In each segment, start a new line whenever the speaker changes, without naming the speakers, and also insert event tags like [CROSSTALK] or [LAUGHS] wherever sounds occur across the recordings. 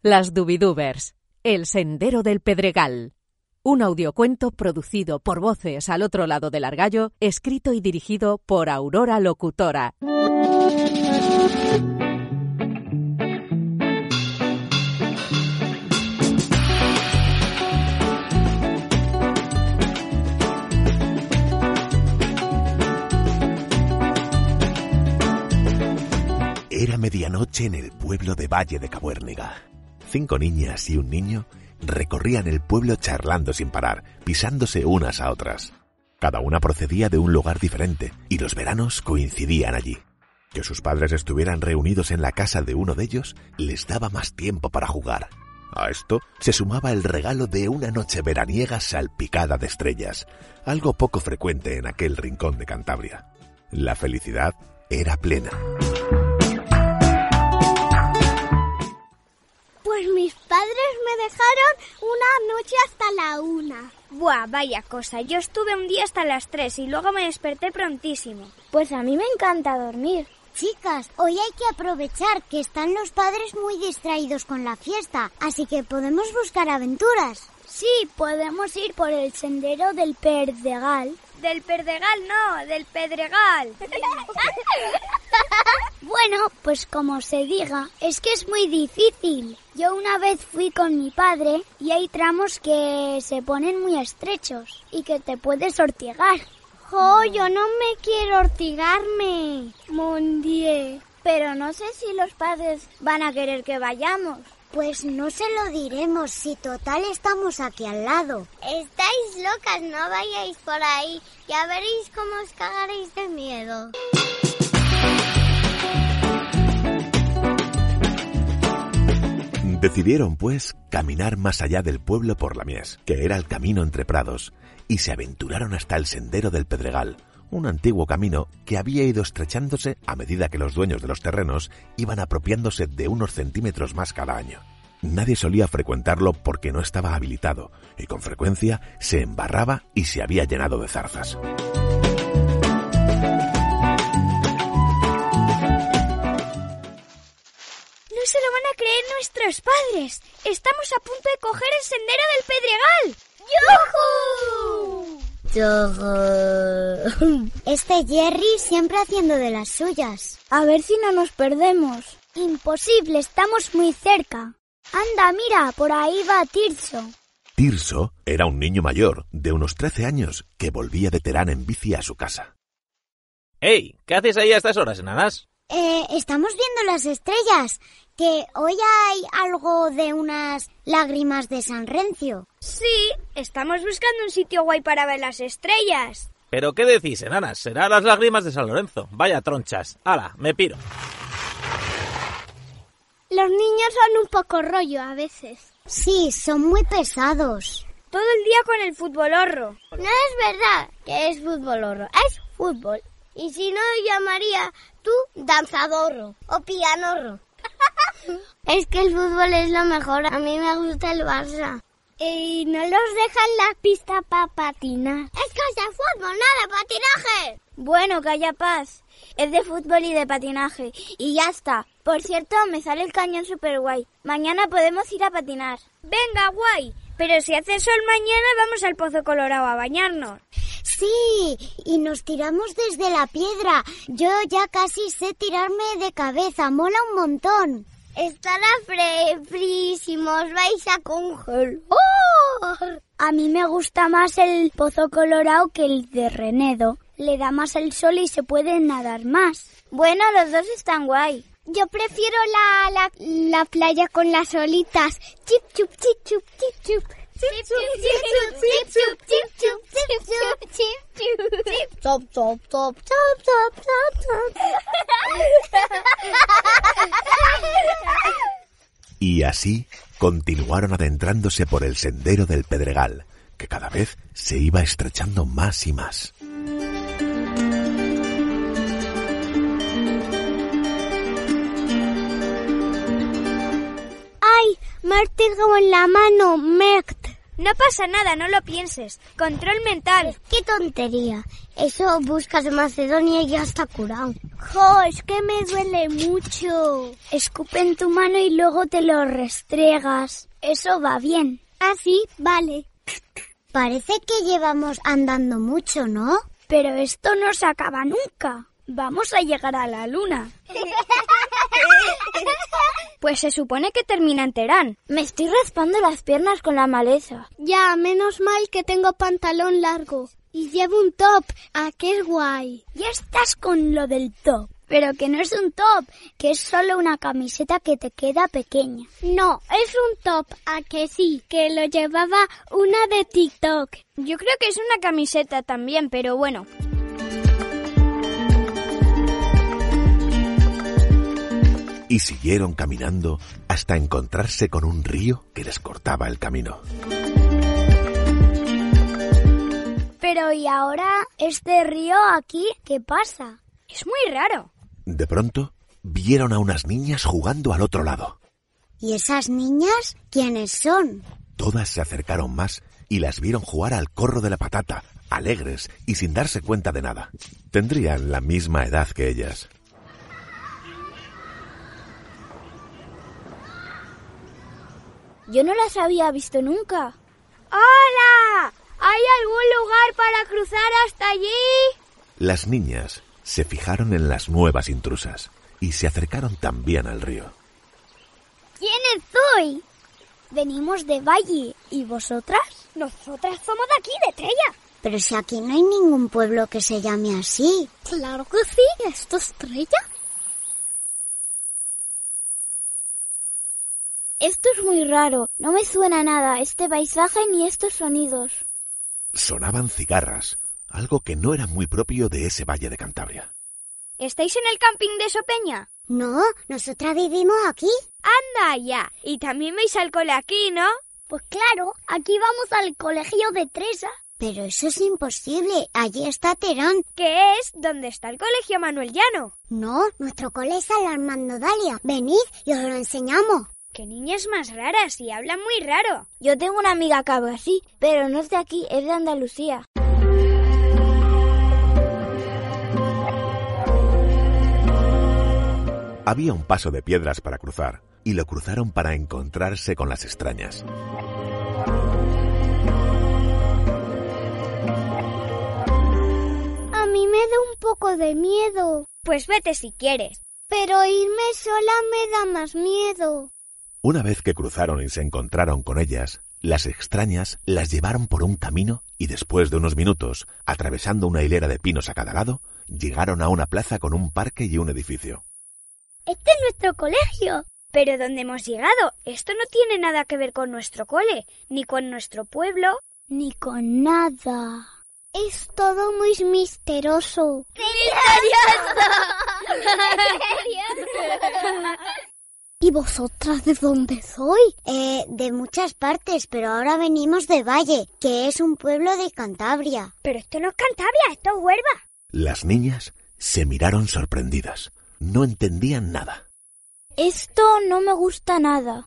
Las Dubidubers, El Sendero del Pedregal. Un audiocuento producido por voces al otro lado del argallo, escrito y dirigido por Aurora Locutora.
Era medianoche en el pueblo de Valle de Cabuérniga. Cinco niñas y un niño recorrían el pueblo charlando sin parar, pisándose unas a otras. Cada una procedía de un lugar diferente y los veranos coincidían allí. Que sus padres estuvieran reunidos en la casa de uno de ellos les daba más tiempo para jugar. A esto se sumaba el regalo de una noche veraniega salpicada de estrellas, algo poco frecuente en aquel rincón de Cantabria. La felicidad era plena.
Pues mis padres me dejaron una noche hasta la una.
Buah, vaya cosa. Yo estuve un día hasta las tres y luego me desperté prontísimo.
Pues a mí me encanta dormir.
Chicas, hoy hay que aprovechar que están los padres muy distraídos con la fiesta, así que podemos buscar aventuras.
Sí, podemos ir por el sendero del Perdegal.
Del Perdegal no, del Pedregal.
bueno, pues como se diga, es que es muy difícil. Yo una vez fui con mi padre y hay tramos que se ponen muy estrechos y que te puedes ortigar.
¡Jo, yo no me quiero ortigarme!
Mondie.
Pero no sé si los padres van a querer que vayamos.
Pues no se lo diremos, si total estamos aquí al lado.
Estáis locas, no vayáis por ahí. Ya veréis cómo os cagaréis de miedo.
Decidieron, pues, caminar más allá del pueblo por la mies, que era el camino entre prados, y se aventuraron hasta el sendero del Pedregal, un antiguo camino que había ido estrechándose a medida que los dueños de los terrenos iban apropiándose de unos centímetros más cada año. Nadie solía frecuentarlo porque no estaba habilitado y con frecuencia se embarraba y se había llenado de zarzas.
No se lo van a creer nuestros padres. Estamos a punto de coger el sendero del Pedregal.
¡Yujú!
Este Jerry siempre haciendo de las suyas.
A ver si no nos perdemos.
Imposible, estamos muy cerca.
Anda, mira, por ahí va Tirso.
Tirso era un niño mayor, de unos 13 años, que volvía de Terán en bici a su casa.
¡Hey! ¿Qué haces ahí a estas horas, enanas?
Eh, estamos viendo las estrellas, que hoy hay algo de unas lágrimas de San Rencio.
Sí, estamos buscando un sitio guay para ver las estrellas.
¿Pero qué decís, enanas? Será las lágrimas de San Lorenzo. Vaya tronchas. ¡Hala! Me piro.
Los niños son un poco rollo a veces.
Sí, son muy pesados.
Todo el día con el futbolorro.
No es verdad que es futbolorro, es fútbol. Y si no, llamaría tú danzadorro o pianorro. es que el fútbol es lo mejor. A mí me gusta el Barça.
Y no los dejan la pista para patinar.
Es que es de fútbol, no de patinaje.
Bueno, calla paz. Es de fútbol y de patinaje. Y ya está. Por cierto, me sale el cañón super guay. Mañana podemos ir a patinar. Venga, guay. Pero si hace sol mañana vamos al Pozo Colorado a bañarnos.
Sí, y nos tiramos desde la piedra. Yo ya casi sé tirarme de cabeza, mola un montón.
Estará frísimos, vais a congelar.
¡Oh!
A mí me gusta más el pozo colorado que el de Renedo. Le da más el sol y se puede nadar más.
Bueno, los dos están guay.
Yo prefiero la, la, la playa con las olitas. Chip, chup, chip, chup, chip, chup.
Top, top, top,
Top, top, top, top.
Y así continuaron adentrándose por el sendero del Pedregal, que cada vez se iba estrechando más y más.
¡Ay! Me tengo en la mano, Mert.
No pasa nada, no lo pienses. Control mental.
¡Qué tontería!
Eso buscas en Macedonia y ya está curado. Jo, es que me duele mucho.
Escupe en tu mano y luego te lo restregas. Eso va bien.
Ah, sí, vale.
Parece que llevamos andando mucho, ¿no?
Pero esto no se acaba nunca. Vamos a llegar a la
[LAUGHS]
luna.
Pues se supone que termina en Terán. Me estoy raspando las piernas con la maleza.
Ya, menos mal que tengo pantalón largo. Y llevo un top. Ah, qué guay.
Ya estás con lo del top. Pero que no es un top, que es solo una camiseta que te queda pequeña.
No, es un top, a que sí, que lo llevaba una de TikTok.
Yo creo que es una camiseta también, pero bueno.
y siguieron caminando hasta encontrarse con un río que les cortaba el camino.
Pero ¿y ahora este río aquí qué pasa?
Es muy raro.
De pronto, vieron a unas niñas jugando al otro lado.
¿Y esas niñas quiénes son?
Todas se acercaron más y las vieron jugar al corro de la patata, alegres y sin darse cuenta de nada. Tendrían la misma edad que ellas.
Yo no las había visto nunca. ¡Hola! ¿Hay algún lugar para cruzar hasta allí?
Las niñas se fijaron en las nuevas intrusas y se acercaron también al río.
¿Quiénes soy? Venimos de Valle. ¿Y vosotras?
Nosotras somos de aquí, de Estrella.
Pero si aquí no hay ningún pueblo que se llame así.
Claro que sí, esto es estrella.
Esto es muy raro. No me suena nada este paisaje ni estos sonidos.
Sonaban cigarras, algo que no era muy propio de ese valle de Cantabria.
¿Estáis en el camping de Sopeña?
No, nosotras vivimos aquí.
Anda ya. Y también vais al cole aquí, ¿no?
Pues claro, aquí vamos al colegio de Tresa.
Pero eso es imposible. Allí está Terán.
Que es donde está el colegio Manuel Llano.
No, nuestro cole es al Armando Dalia. Venid y os lo enseñamos.
¡Qué niñas más raras y hablan muy raro!
Yo tengo una amiga que habla así, pero no es de aquí, es de Andalucía.
Había un paso de piedras para cruzar, y lo cruzaron para encontrarse con las extrañas.
A mí me da un poco de miedo,
Pues vete si quieres.
pero irme sola me da más miedo.
Una vez que cruzaron y se encontraron con ellas, las extrañas las llevaron por un camino y después de unos minutos, atravesando una hilera de pinos a cada lado, llegaron a una plaza con un parque y un edificio.
Este es nuestro colegio.
Pero ¿dónde hemos llegado? Esto no tiene nada que ver con nuestro cole, ni con nuestro pueblo.
Ni con nada.
Es todo muy misterioso. [LAUGHS] ¿Y vosotras de dónde soy?
Eh, de muchas partes, pero ahora venimos de Valle, que es un pueblo de Cantabria.
Pero esto no es Cantabria, esto es Huelva.
Las niñas se miraron sorprendidas. No entendían nada.
Esto no me gusta nada.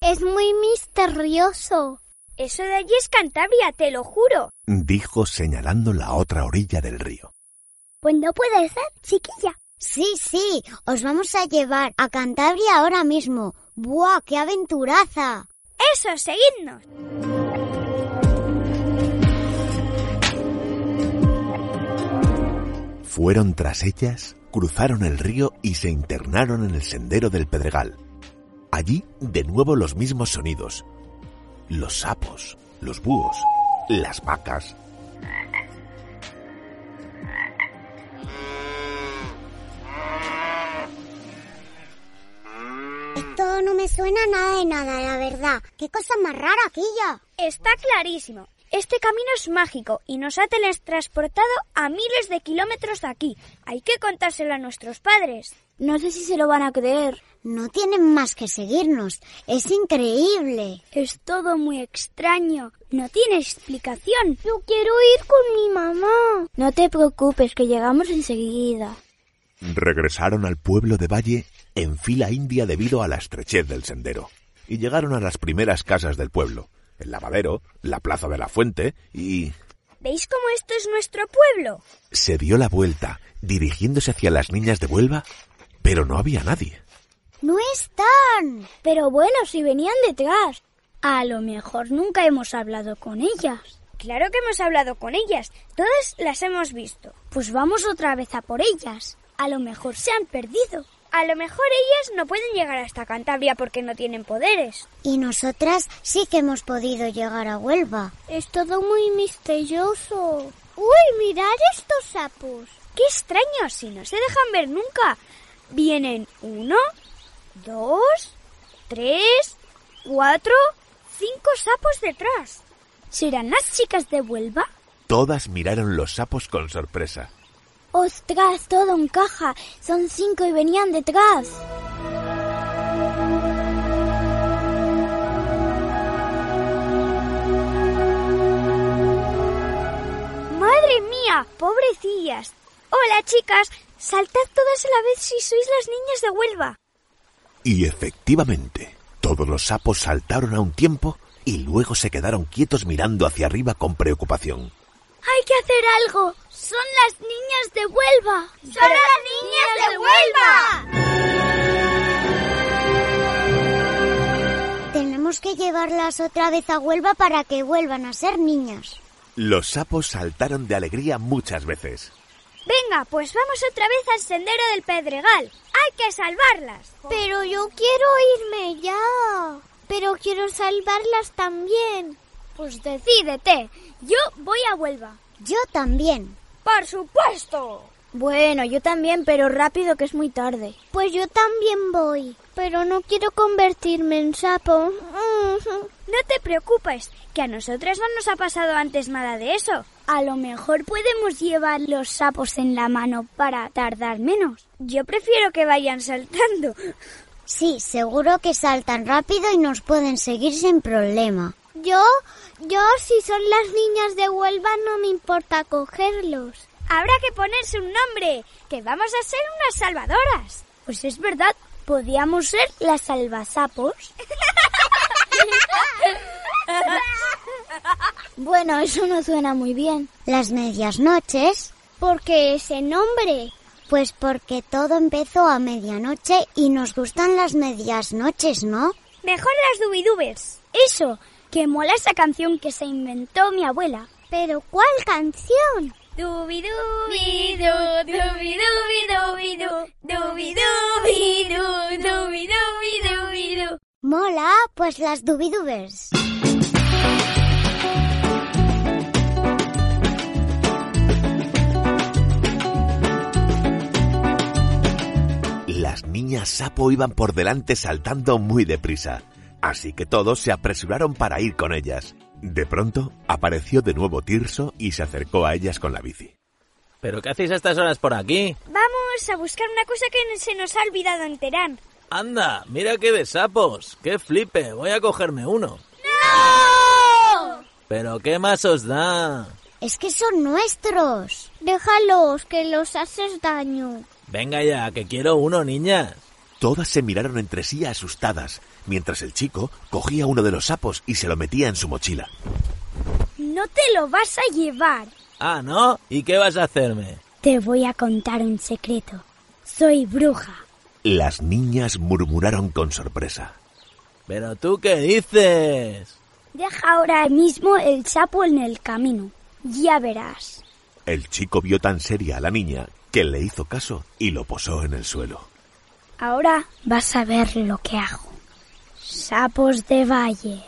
Es muy misterioso.
Eso de allí es Cantabria, te lo juro.
Dijo señalando la otra orilla del río.
Pues no puede ser, chiquilla.
Sí, sí, os vamos a llevar a Cantabria ahora mismo. ¡Buah, qué aventuraza!
Eso, seguidnos.
Fueron tras ellas, cruzaron el río y se internaron en el sendero del Pedregal. Allí, de nuevo, los mismos sonidos. Los sapos, los búhos, las vacas.
Esto no me suena nada de nada, la verdad. ¡Qué cosa más rara aquella!
Está clarísimo. Este camino es mágico y nos ha teletransportado a miles de kilómetros de aquí. Hay que contárselo a nuestros padres.
No sé si se lo van a creer.
No tienen más que seguirnos. Es increíble.
Es todo muy extraño. No tiene explicación.
Yo quiero ir con mi mamá.
No te preocupes, que llegamos enseguida.
Regresaron al pueblo de Valle en fila india debido a la estrechez del sendero y llegaron a las primeras casas del pueblo, el lavadero, la plaza de la fuente y...
¿Veis cómo esto es nuestro pueblo?
Se dio la vuelta, dirigiéndose hacia las niñas de Huelva, pero no había nadie.
¡No están!
Pero bueno, si venían detrás. A lo mejor nunca hemos hablado con ellas.
Claro que hemos hablado con ellas. Todas las hemos visto.
Pues vamos otra vez a por ellas. A lo mejor se han perdido.
A lo mejor ellas no pueden llegar hasta Cantabria porque no tienen poderes.
Y nosotras sí que hemos podido llegar a Huelva.
Es todo muy misterioso. Uy, mirad estos sapos.
¡Qué extraño! Si no se dejan ver nunca. Vienen uno, dos, tres, cuatro, cinco sapos detrás.
¿Serán las chicas de Huelva?
Todas miraron los sapos con sorpresa.
¡Ostras! Todo encaja. Son cinco y venían detrás.
¡Madre mía! ¡Pobrecillas! Hola chicas, saltad todas a la vez si sois las niñas de Huelva.
Y efectivamente, todos los sapos saltaron a un tiempo y luego se quedaron quietos mirando hacia arriba con preocupación.
Hay que hacer algo. Son las niñas de Huelva.
¡Son las niñas de Huelva!
Tenemos que llevarlas otra vez a Huelva para que vuelvan a ser niñas.
Los sapos saltaron de alegría muchas veces.
Venga, pues vamos otra vez al sendero del Pedregal. Hay que salvarlas.
Pero yo quiero irme ya. Pero quiero salvarlas también.
Pues decídete. Yo voy a Huelva.
Yo también.
Por supuesto.
Bueno, yo también, pero rápido que es muy tarde.
Pues yo también voy. Pero no quiero convertirme en
[LAUGHS]
sapo.
No te preocupes, que a nosotras no nos ha pasado antes nada de eso.
A lo mejor podemos llevar los sapos en la mano para tardar menos.
Yo prefiero que vayan saltando.
Sí, seguro que saltan rápido y nos pueden seguir sin problema.
Yo, yo si son las niñas de Huelva no me importa cogerlos.
Habrá que ponerse un nombre, que vamos a ser unas salvadoras.
Pues es verdad, podíamos ser las salvasapos.
Bueno, eso no suena muy bien.
Las medias noches,
¿Por qué ese nombre?
pues porque todo empezó a medianoche y nos gustan las medias noches, ¿no?
Mejor las dubidubes.
Eso, que mola esa canción que se inventó mi abuela.
Pero ¿cuál canción?
Dubidubi, du, dubidubi, dubidu, dubidubi, du, dubidubi, dubidu.
Mola, pues las dubidubers.
Las niñas sapo iban por delante saltando muy deprisa, así que todos se apresuraron para ir con ellas. De pronto apareció de nuevo Tirso y se acercó a ellas con la bici.
¿Pero qué hacéis a estas horas por aquí?
Vamos a buscar una cosa que se nos ha olvidado en Terán.
Anda, mira qué de sapos. ¡Qué flipe! Voy a cogerme uno. ¿Pero qué más os da?
Es que son nuestros.
Déjalos, que los haces daño.
Venga ya, que quiero uno, niñas.
Todas se miraron entre sí asustadas, mientras el chico cogía uno de los sapos y se lo metía en su mochila.
No te lo vas a llevar.
Ah, ¿no? ¿Y qué vas a hacerme?
Te voy a contar un secreto. Soy bruja.
Las niñas murmuraron con sorpresa.
¿Pero tú qué dices?
Deja ahora mismo el sapo en el camino. Ya verás.
El chico vio tan seria a la niña que le hizo caso y lo posó en el suelo.
Ahora vas a ver lo que hago. Sapos de valle,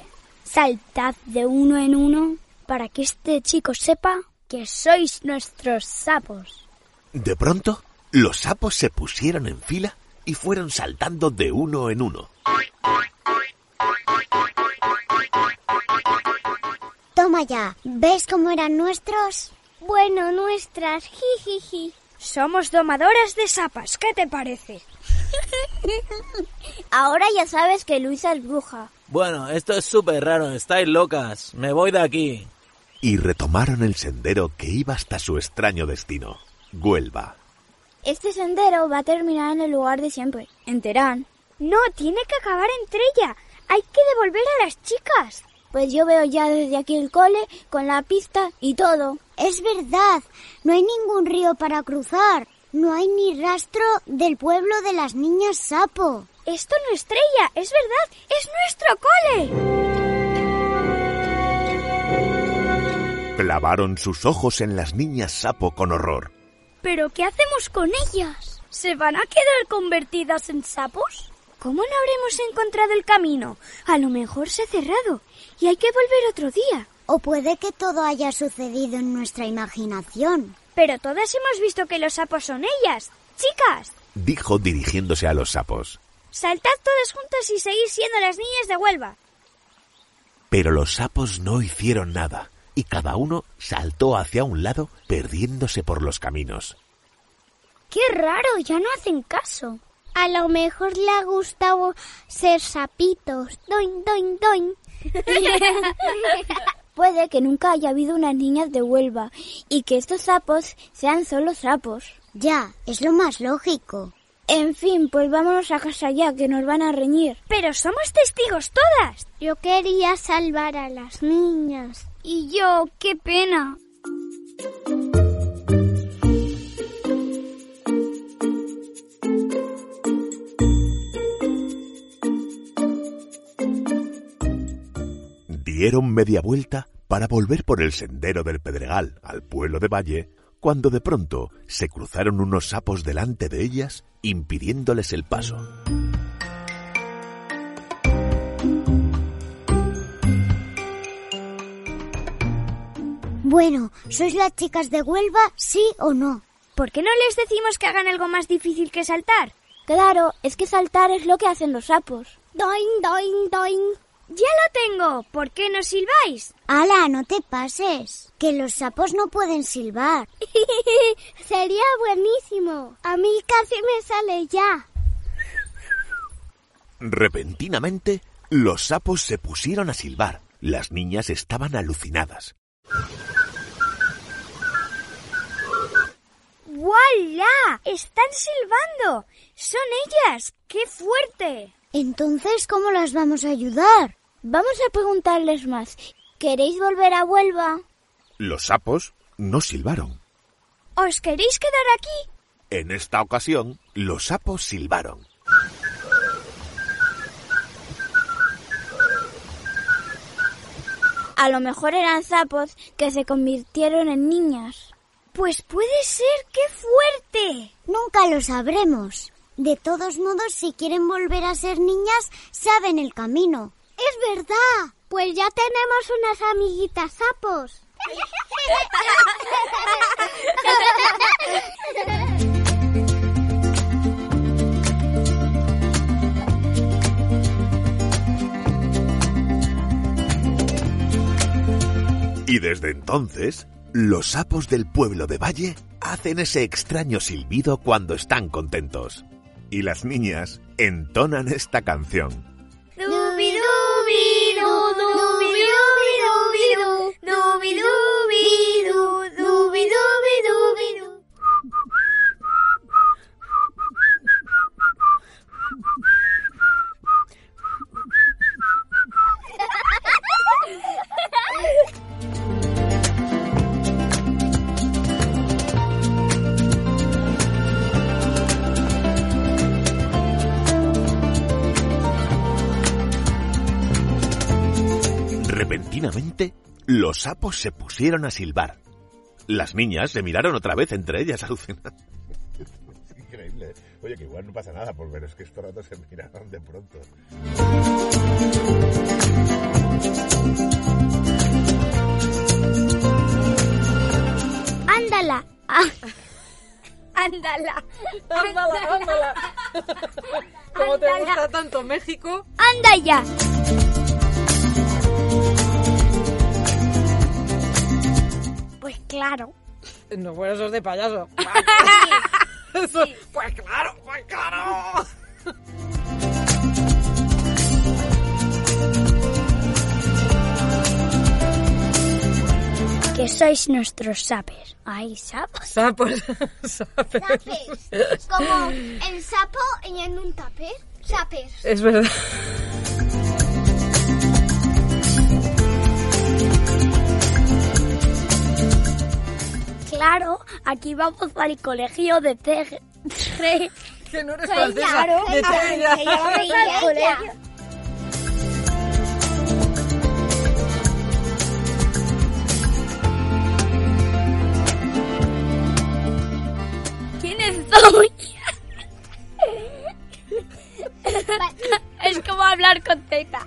saltad de uno en uno para que este chico sepa que sois nuestros sapos.
De pronto, los sapos se pusieron en fila y fueron saltando de uno en uno.
Toma ya, ¿ves cómo eran nuestros?
Bueno, nuestras, jijiji.
Somos domadoras de sapas, ¿qué te parece?
Ahora ya sabes que Luisa es bruja.
Bueno, esto es súper raro, estáis locas. Me voy de aquí.
Y retomaron el sendero que iba hasta su extraño destino, Huelva.
Este sendero va a terminar en el lugar de siempre, en Terán.
No, tiene que acabar entre ella. Hay que devolver a las chicas. Pues yo veo ya desde aquí el cole, con la pista y todo.
Es verdad, no hay ningún río para cruzar. No hay ni rastro del pueblo de las niñas sapo.
Esto no estrella, es verdad, es nuestro cole.
Clavaron sus ojos en las niñas sapo con horror.
¿Pero qué hacemos con ellas? ¿Se van a quedar convertidas en sapos?
¿Cómo no habremos encontrado el camino? A lo mejor se ha cerrado y hay que volver otro día.
O puede que todo haya sucedido en nuestra imaginación.
Pero todas hemos visto que los sapos son ellas. Chicas,
Dijo dirigiéndose a los sapos.
saltad todas juntas y seguid siendo las niñas de Huelva.
Pero los sapos no hicieron nada, y cada uno saltó hacia un lado, perdiéndose por los caminos.
¡Qué raro! Ya no hacen caso.
A lo mejor le ha gustado ser sapitos. Doin, doin, doin.
[LAUGHS] Puede que nunca haya habido unas niñas de Huelva y que estos sapos sean solo sapos.
Ya, es lo más lógico.
En fin, pues vámonos a casa ya, que nos van a reñir. Pero somos testigos todas.
Yo quería salvar a las niñas.
Y yo, qué pena.
Dieron media vuelta para volver por el sendero del Pedregal al pueblo de Valle, cuando de pronto se cruzaron unos sapos delante de ellas, impidiéndoles el paso.
Bueno, ¿sois las chicas de Huelva, sí o no?
¿Por qué no les decimos que hagan algo más difícil que saltar? Claro, es que saltar es lo que hacen los sapos.
Doin, doin, doin.
¡Ya lo tengo! ¿Por qué no silbáis?
Ala, no te pases, que los sapos no pueden silbar.
Sería buenísimo. A mí casi me sale ya.
Repentinamente, los sapos se pusieron a silbar. Las niñas estaban alucinadas.
¡Voilà! ¡Están silbando! ¡Son ellas! ¡Qué fuerte!
Entonces, ¿cómo las vamos a ayudar?
Vamos a preguntarles más. ¿Queréis volver a Huelva?
Los sapos no silbaron.
¿Os queréis quedar aquí?
En esta ocasión, los sapos silbaron.
A lo mejor eran sapos que se convirtieron en niñas. Pues puede ser, qué fuerte.
Nunca lo sabremos. De todos modos, si quieren volver a ser niñas, saben el camino.
Es verdad. Pues ya tenemos unas amiguitas sapos.
Y desde entonces, los sapos del pueblo de Valle hacen ese extraño silbido cuando están contentos. Y las niñas entonan esta canción. Repentinamente, los sapos se pusieron a silbar. Las niñas se miraron otra vez entre ellas, [LAUGHS] alucinadas.
Es increíble. ¿eh? Oye, que igual no pasa nada, por ver, es que estos ratos se miraron de pronto.
Ándala.
[LAUGHS] Ándala, [LAUGHS]
Ándala, ándala. Como te gusta tanto México.
anda ya.
Pues claro.
No, bueno, eso es de payaso. [LAUGHS] Eso- Pues claro, pues claro.
Que sois nuestros sapes. Ay, sapos.
[LAUGHS] Sapos.
[LAUGHS]
sapos.
Sapes. Como el sapo y en un taper. Sapes.
Es verdad.
Aquí vamos al colegio de Teje.
Que no eres
Soy
francesa.
Yaro.
de Sevilla.
¿Quiénes soy? es como hablar con Teta.